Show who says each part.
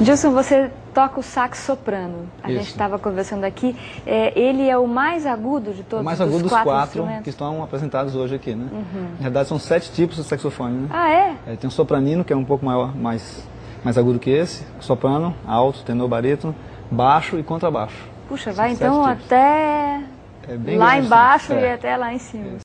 Speaker 1: Gilson, você toca o sax soprano. A gente
Speaker 2: Isso.
Speaker 1: estava conversando aqui. é, ele é o mais agudo de todos
Speaker 2: O mais
Speaker 1: os
Speaker 2: agudo dos
Speaker 1: quatro,
Speaker 2: quatro que
Speaker 1: instrumentos. Uhum.
Speaker 2: estão apresentados hoje aqui, né? Na verdade, são sete tipos de saxofone, né?
Speaker 1: Ah, é?
Speaker 2: É, tem o sopranino, que é um pouco maior, mais, mais agudo que esse, soprano, alto, tenor, barítono, baixo e contrabaixo.
Speaker 1: Puxa, vai
Speaker 2: São
Speaker 1: então
Speaker 2: sete tipos.
Speaker 1: até
Speaker 2: É bem
Speaker 1: lá
Speaker 2: grande,
Speaker 1: embaixo
Speaker 2: né?
Speaker 1: e
Speaker 2: É.
Speaker 1: até lá em cima.